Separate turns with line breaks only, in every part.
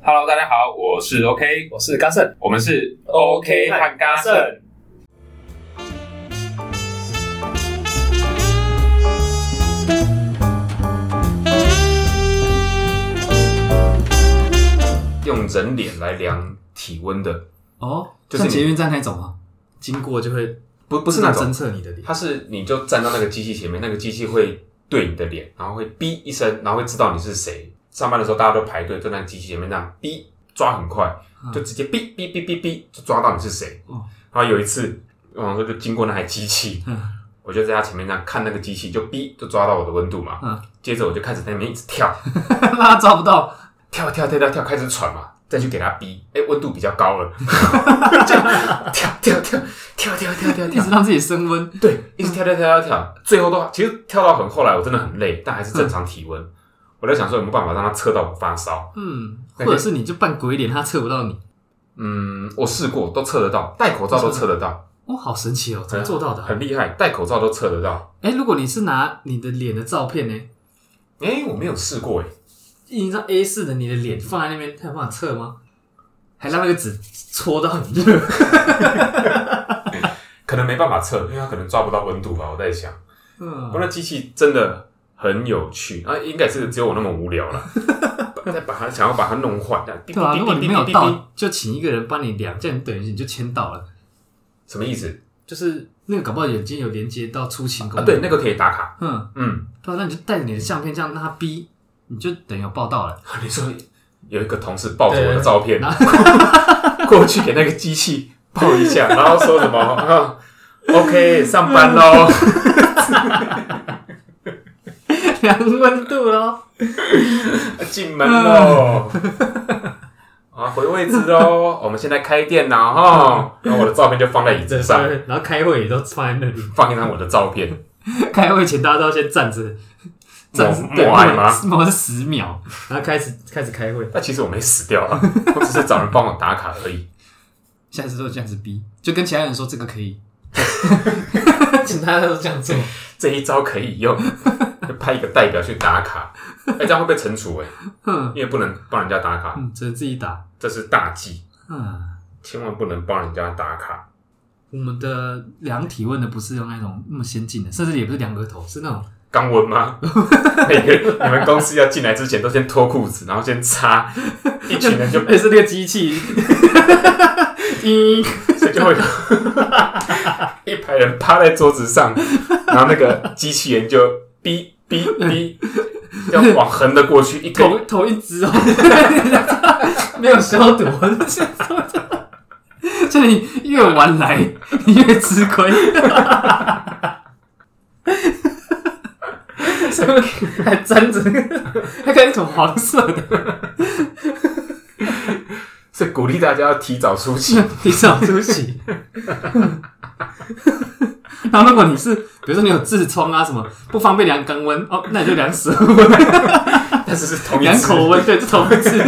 Hello，大家好，我是 OK，
我是嘉盛，
我们是
OK
和
嘉
嘎
盛
盛。
用人脸来量体温的，
哦，
就是
像
你
捷运站那种啊，经过就会
不不是那
自
种
动侦，测你的脸。
它是你就站到那个机器前面，那个机器会对你的脸，然后会哔一声，然后会知道你是谁。上班的时候大家都排队，就在那个机器前面那样哔，抓很快，
嗯
就直接哔哔哔哔哔，就抓到你是谁。
哦
然后有一次，我想说就经过那台机器，
嗯
我就在它前面那样看那个机器，就哔就抓到我的温度嘛。
嗯
接着我就开始在那边一直跳，
让他抓不到，
跳跳跳跳跳，开始喘嘛，再去给它逼，哎、温度比较高了， 就跳跳跳跳跳跳
一
跳
直让自己升温。
对，一
嗯
直跳跳跳跳跳，最后都其实跳到很后来，我真的很累，但还是正常体温。我在想说有没有办法让它测到我发烧？
嗯，
那
或
个
者是你就扮鬼脸，他测不到你。
嗯，我试过，都测得到，戴口罩都测得到，
哦，好神奇哦，怎么做到的啊？
很厉害，戴口罩都测得到。
哎，如果你是拿你的脸的照片呢，
哎、我没有试过哎、
印一张 A 4的你的脸放在那边，他有办法测吗？还让那个纸戳到很热。
可能没办法测，因为它可能抓不到温度吧。我在想，不过
嗯，
那机器真的很有趣啊，应该是只有我那么无 聊了，把再把它想要把它弄坏。这样
对啊，
哔哔哔
如果你没有
哔哔哔哔
到，就请一个人帮你量，这样等于你就签到了。
什么意思
就是那个搞不好眼睛有连接到出勤功
啊？
能。
对，那个可以打卡。
嗯，
嗯，
对啊，那你就带着你的相片这样让他逼，你就等于有报道 了。
你说有一个同事抱着我的
对
照片
然，
过 去给那个机器抱一下，然后说什么、 啊、“OK，上班喽
量温度喽。”，
进门喽，啊，回位置 喽，我们现在开电脑哈，然后我的照片就放在椅子上，
然后开会也都放在那里。
放一张我的照片，
开会前大家都要先站着，站着
默
对
默哀吗？
默默十秒，然后开始开始开会。
那其实我没死掉啊， 我只是找人帮我打卡而已。
下次都这样子逼，就跟其他人说这个可 以，请大家都这样 做。
这一招可 以用，就派一个代表去打卡，哎、这样会被惩处哎、
嗯
因为不能帮人家打卡，
嗯，只能自己打。
这是大忌，
嗯，
千万不能帮人家打卡。
我们的量体温的不是用那种那么先进的，甚至也不是量额头，是那种
肛温吗？ 每个你们公司要进来之前都先脱裤子，然后先擦，一群人就
也哎是那个机器。 一
所以就会 有一排人趴在桌子上，然后那个机器人就哔哔哔，要往横的过去，一根
头头一直哦，没有消毒，所以你越晚来你越吃亏，还沾着，还看一种黄色的，
是鼓励大家要提早出勤。
你少出席。然后，如果你是，比如说你有痔疮啊什么，不方便量肛温哦，那你就量舌温、
但是是同一
量
次
口温，对，这同一次。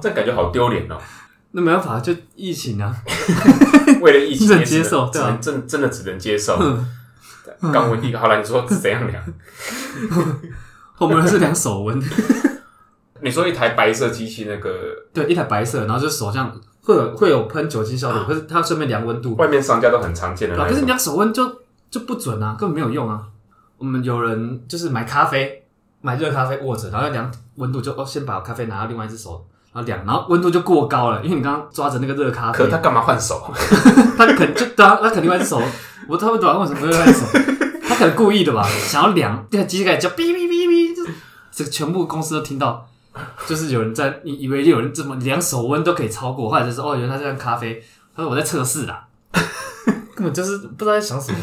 这感觉好丢脸哦。
那没办法，就疫情啊，
为了疫 情
只能
也只
接受
只
对啊
能真真的只能接受。
嗯
肛温一个，好了，你说是怎样量？
我们是量手温，
你说一台白色机器，那个
对，一台白色，然后就是手这样，会有会有喷酒精消毒，可是它要顺便量温度，
外面商家都很常见的
对
那
吧？
一种
啊可是你量手温就就不准啊，根本没有用啊。我们有人就是买咖啡，买热咖啡握着，然后要量温度就，哦先把咖啡拿到另外一只手，然后量，然后温度就过高了，因为你刚刚抓着那个热咖
可
啡
是，他干嘛换手？
他可能就对啊，他可能另外一只手，我他会短为什么另外一只手？他可能故意的吧，想要量，对，机器开始叫哔哔哔哔，就这个全部公司都听到，就是有人在以以为有人这么量手温都可以超过，后来就说哦，原来他在量咖啡，他说我在啊测试啦，根本就是不知道在想什么，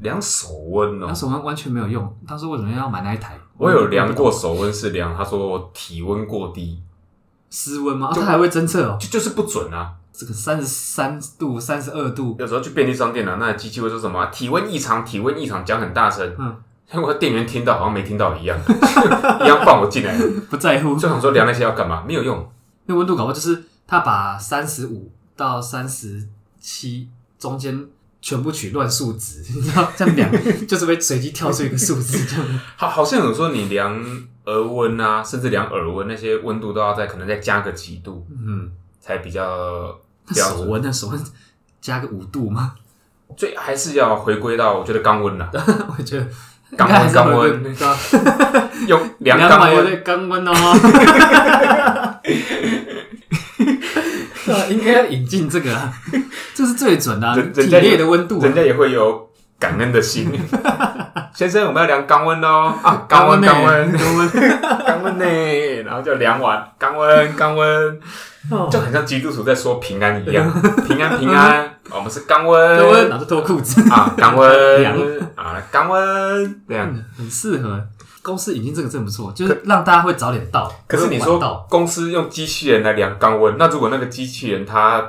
量手温哦
量，手温完全没有用。当时为什么要买那一台？
我有量过手温是量，他说体温过低，
湿温吗？啊他还会侦测哦，
就就是不准啊。
这个三十三度、三十二度，
有时候去便利商店啊，那机器会说什么、体温异常，体温异常，讲很大声。
嗯，
结果店员听到好像没听到一样， 一样放我进来，就
不在乎。
想说量那些要干嘛？没有用，
那温度搞不好就是他把三十五到三十七中间全部取乱数值， 你知道这 样量就是会随机跳出一个数字，这样
好，好像有说你量额温啊，甚至量耳温那些温度都要再可能再加个几度
嗯，
才比较
那
标
手
准，
温那手温加个五度吗？
所以还是要回归到我觉得肛温啦，
我觉得
肛温肛温，
那个
用量
两
肛
百有
温，
点肛温哦。对啊 应该要引进这个、啊，这是最准的、啊，
人
体
人家
内的温度、啊
人。家也会有感恩的 心。先生，我们要量肛温哦啊，肛温
肛温呢
肛温
肛温，
肛温呢，然后就量完肛温肛温，
哦
就很像基督徒在说平安一样，平安平 安，我们是肛
肛温，
温
然后就脱裤子，
啊，肛
量嗯
温啊，肛温这样。
很适合。公司引进这个真不错，就是让大家会早点到。
可是你
不会
说
晚到
公司用机器人来量肛温，那如果那个机器人它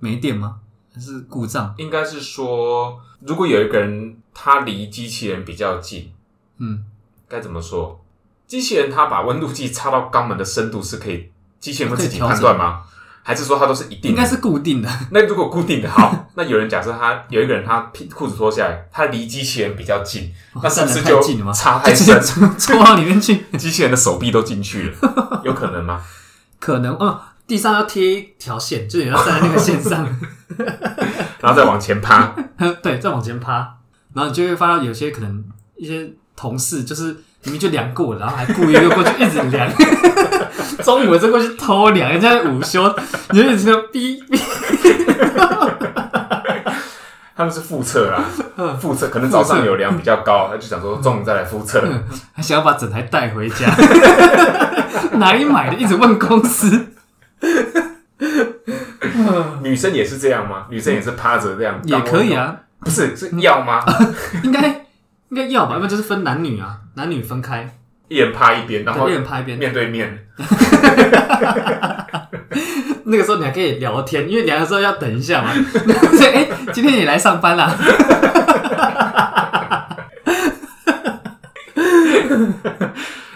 没电吗？还是故障？
应该是说，如果有一个人他离机器人比较近，
嗯，
该怎么说？机器人它把温度计插到肛门的深度是可以，机器人会自己
可以调
判
整
断吗？还是说它都是一定的？
应该是固定的。
那如果固定的好， 那有人假设他有一个人他屁裤子脱下来，他离机器人比较近， 那是不是
哦站得
就
太近了吗？
插太
就直
深
接，戳戳到里面去，
机器人的手臂都进去了， 有可能吗？
可能哦。地上要贴一条线，就是你要站在那个线上， 嗯
然后再往前趴，
对，再往前趴，然后你就会发现有些可能一些同事就是明明就量过了，然后还故意又过去一直量， 中午再过去偷量，人家在午休，你就一直听到哔哔，
他们是复测 啦，复测可能早上有量比较高，他就想说
嗯
中午再来复测。
还想要把整台带回家， 哪里买的？一直问公司，
女生也是这样吗？女生也是趴着这样
也可以？啊，
不是是要 吗？
应该应该要吧，要不然就是分男女啊，男女分开，
一人趴一边，然后
对，一人趴一边，
面对面，
那个时候你还可以聊天，因为聊的时候要等一下嘛。 所以，哎、今天你来上班啦？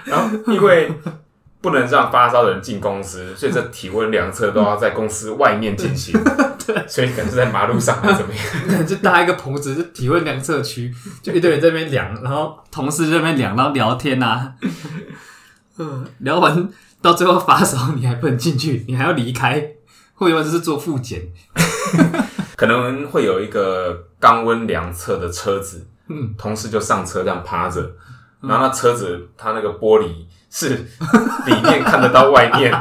然后因为不能让发烧的人进公司，所以这体温量测都要在公司外面进 行。所以可能是在马路上还是怎么样？
就搭一个棚子，就体温量测区，就一堆人在那边量，然后同事在那边量，然后聊天啊。嗯，聊完到最后发烧，你还不能进去，你还要离开，或者就是做复检。
可能会有一个肛温量测的车子，
嗯，
同事就上车这样趴着，然后那车子它那个玻璃 是里面看得到外面，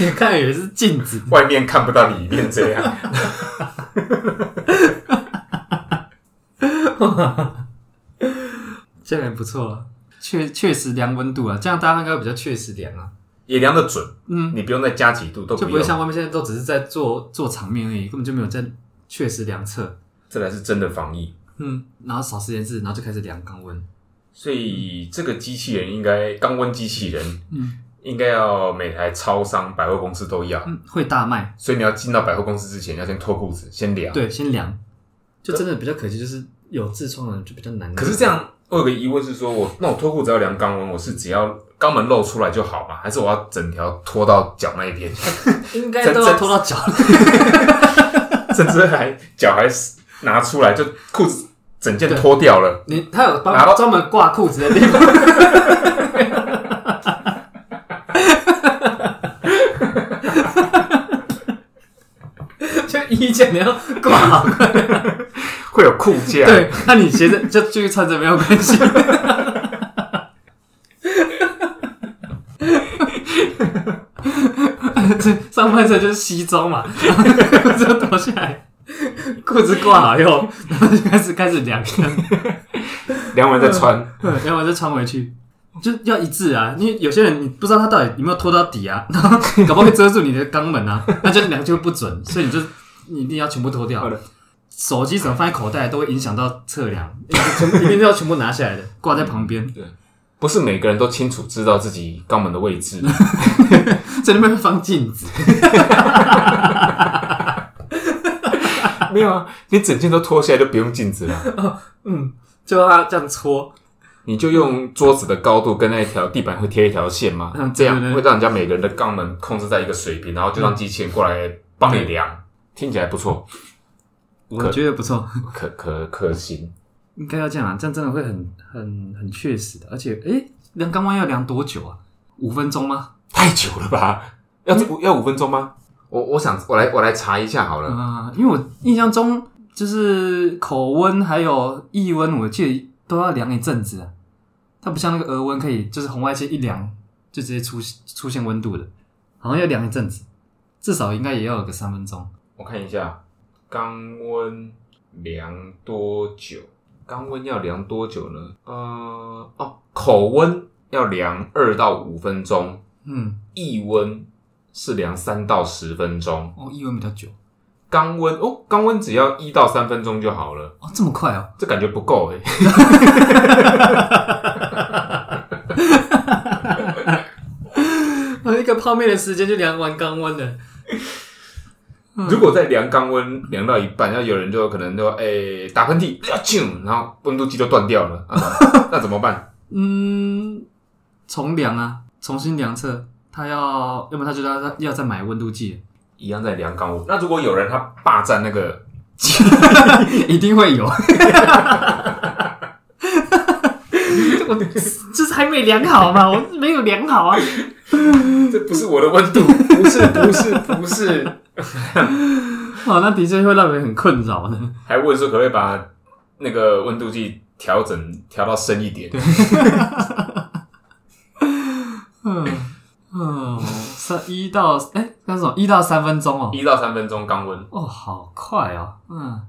你看以为是镜子，
外面看不到里面这样。
这样也不错啊。确确实量温度啊，这样大家应该会比较确实量啊，
也量得准，
嗯，
你不用再加几度都
就
不
不会
用，
像外面现在都只是在做做场面而已，根本就没有在确实量测。
这才是真的防疫。
嗯，然后少吃点事，然后就开始量肛温。
所以这个机器人应该肛温机器人
嗯
应该要每台超商、百货公司都要，
嗯，会大卖。
所以你要进到百货公司之前要先脱裤子，先量。，
对，先量。就真的比较可惜，就是有痔疮的人就比较难。
可是这，样，我有个疑问是说，我那我脱裤子要量肛温，我是只要肛门露出来就好吗？还是我要整条脱到脚那一 边，
应该都要拖到脚了。
甚至还脚还拿出来，就裤子整件脱掉了？
你他有
拿
帮
到
专门挂裤子的地方。 就衣架你要挂好，
会有裤架，
对，那你鞋子 就继续穿着没有关系。 这上半身就是西装嘛， 然后裤子就脱下来，裤子挂好以后，然后 就开始开始量，
量完再
嗯
穿。
然后再穿回去，就要一致啊。因为有些人你不知道他到底有没有脱到底啊， 然后搞不好会遮住你的肛门啊， 那就量就不准，所以你就你一定要全部脱掉
好的。
手机什么放在口袋都会影响到测量，全部一定要全部拿下来的，挂在旁边。
不是每个人都清楚知道自己肛门的位 置，
在那边放镜子，
没有啊，你整件都脱下来就不用镜子了，
嗯，就让它这样搓，
你就用桌子的高度跟那一条地板会贴一条线嘛，
嗯
这样
对对对
会让人家每个人的肛门嗯控制在一个水平，然后就让机器人过来帮你量，听起来不错。
我觉得不错，
可可可行。
应该要这样啊，这样真的会很很很确实的。而且，诶，量肛弯要量多久啊？五分钟吗？
太久了吧？要五要五分钟吗？嗯嗯我我想我来我来查一下好了。
啊、因为我印象中就是口温还有腋温，我记得都要量一阵子啊。它不像那个额温可以，就是红外线一量就直接出出现温度的，好像要量一阵子，至少应该也要有个三分钟。
我看一下，肛温量多久？肛温要量多久呢？呃，哦，口温要量二到五分钟，
嗯，
腋温是量三到十分钟，
哦，腋温比较久
肛温哦，肛温只要一到三分钟就好了，
哦，这么 快哦，
这感觉不够欸诶、
我一个泡面的时间就量完肛温了。
如果在量肛温量到一半，那有人就可能就诶、打喷嚏，啊啾然后温度计就断掉了， 啊、那怎么办？
嗯，重量啊，重新量测，他要，要么他就要再要再买温度计，
一样在量肛温。那如果有人他霸占那个，
一定会有。 我就是还没量好嘛，我没有量好啊。
这不是我的温度，嗯不 是不是不是，
哦，那的确会让人很困扰呢。
还问说可不可以把那个温度计调整调到深一点？
嗯嗯，三一到哎，那、什么一到三分钟哦。
一到三分钟肛温。
哦，好快哦。 嗯，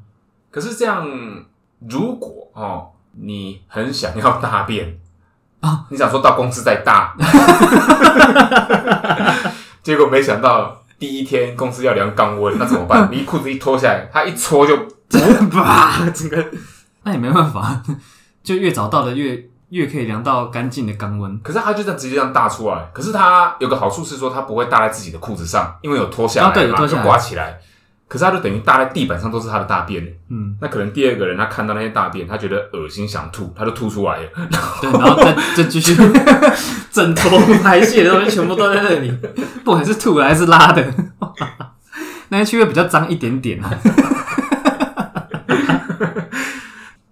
可是这样，如果哦，你很想要大便
啊，
你想说到公司再 大，结果没想到第一天公司要量肛温，那怎么 办？你一裤子一脱下来，他一搓就
哇，啊整个那也没办法，就越早到的越越可以量到干净的肛温。
可是他就这样直接这样大出来。可是他有个好处是说，他不会搭在自己的裤子上，因为有脱下来
啊对有
嘛，
脱
就
下来
挂起来。可是他就等于搭在地板上都是他的大便。
嗯。
那可能第二个人他看到那些大便，他觉得恶心想吐，他就吐出来了。
对，然后再再 继续枕头排泄的东西全部都在那里，不管是吐的还是拉的， 那些区域比较脏一点点啊。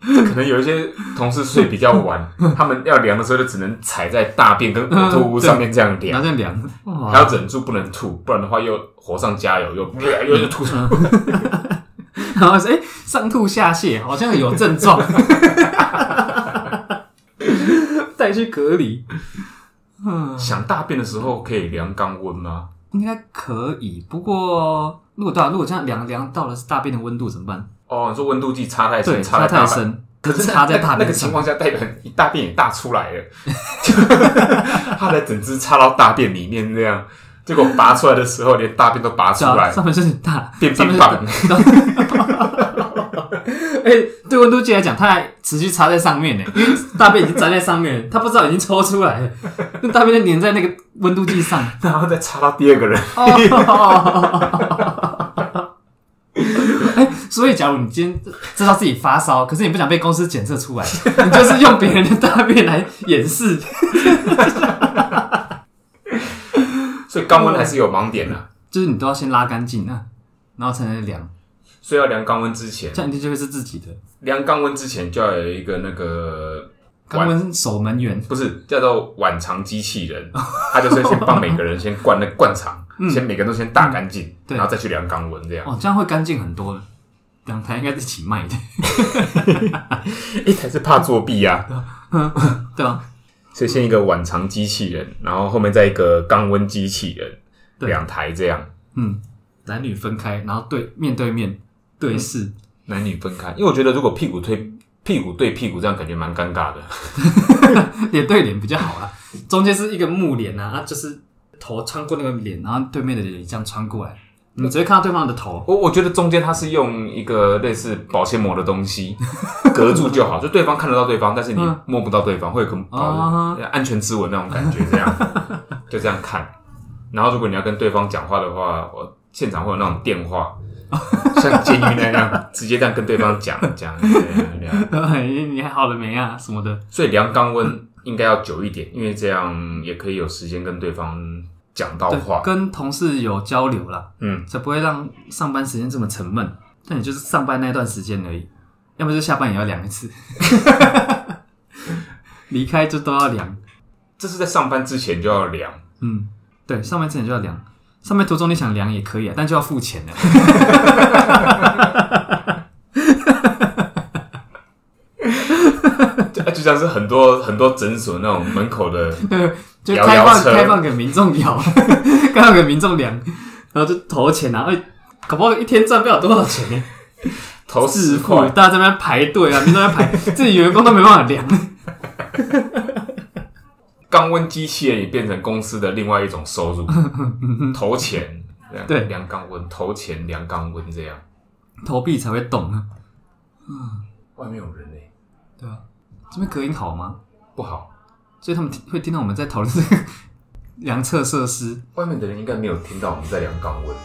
可能有一些同事睡比较 晚，他们要量的时候就只能踩在大便跟呕吐物上面这样
然
量，
后这样量，
还
哇，
要忍住不能吐，不然的话又火上加油，又
嗯
又又吐出来。
然后哎、诶上吐下泻，好像有症 状，带去隔离。嗯，
想大便的时候可以量肛温吗？
应该可以。不过如果对啊，如果这样量量到了是大便的温度怎么办？
哦，你说温度计插太
对，
深，
插
在
太
大便，
深，
可是
插在
那
大
那
便
个
上
情。况下，代表你大便也大出来了， 他才整只插到大便里面这样，结果拔出来的时候连大便都拔出
对啊
来，
上面是很大，
变
上面
冰
是
棒。
哎、对温度计来讲，它还持续插在上面呢，因为大便已经粘在上面了，它不知道已经抽出来了，那大便就粘在那个温度计上。
然后再插到第二个人。
哦，哎、所以假如你今天知道自己发烧，可是你不想被公司检测出来， 你就是用别人的大便来掩饰。
所以肛
嗯
温还是有盲点的、
就是你都要先拉干净啊，然后才能量，
所以要量肛温之前
这，样一定就会是自己的。
量肛温之前就要有一个那个
肛温守门员，
不是叫做碗肠机器人， 他就是先帮每个人先灌那个灌肠，先每个人都先大干净，
嗯对
然后再去量肛温这样。
哦，这样会干净很多了。两台应该是一起卖的，
一台是怕作弊啊，
对吧？
所以先一个碗肠机器人，然后后面再一个肛温机器人，
对
两台这样。
嗯，男女分开，然后对面对面对视，
男女分开，因为我觉得如果屁股推屁股对屁股这样，感觉蛮尴尬的。
脸对脸比较好啦。中间是一个木脸啊，啊就是头穿过那个脸，然后对面的脸这样穿过来，你只会看到对方的头。
我我觉得中间它是用一个类似保鲜膜的东 西隔住就好，就对方看得到对方，但是你
嗯
摸不到对方，会有个
啊
呃安全之吻那种感觉，这样 就这样看。然后如果你要跟对方讲话的话，我现场会有那种电 话，像监狱那样直接这样跟对方讲讲。这样
你还好了没啊？什么的，
所以量肛温应该要久一点，因为这样也可以有时间跟对方讲到
对，
话。
跟同事有交流啦，
嗯，
才不会让上班时间这么沉闷。但你就是上班那段时间而已，要么就下班也要量一次， 离开就都要量。
这是在上班之前就要量，
嗯，对，上班之前就要量，上班途中你想量也可以啊，但就要付钱的。
就 就像是很多很多诊所那种门口的，
就
摇
开
摇
放
车
开放给民众聊， 开放给民众量，然后就投钱啊，哎，搞不好一天赚不了多少钱 呢，
投
致
十
富，
块，
大家在那边排队啊，民众在排， 自己员工都没办法量。
肛温机器人也变成公司的另外一种收入，投钱，这样
对
量肛温，投钱量肛温这样。
投币才会动啊。
外面有人嘞、
对啊，这边隔音好吗？
不好，
所以他们听会听到我们在讨论这个 量测设施。
外面的人应该没有听到我们在量肛温，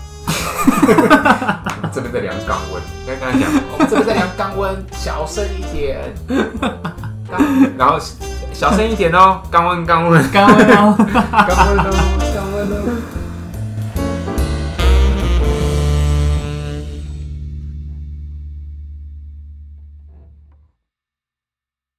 这边在量肛温，刚刚讲我们这边在量肛温，小声一点，肛然后小声一点哦，肛温肛温
刚刚
肛温哦。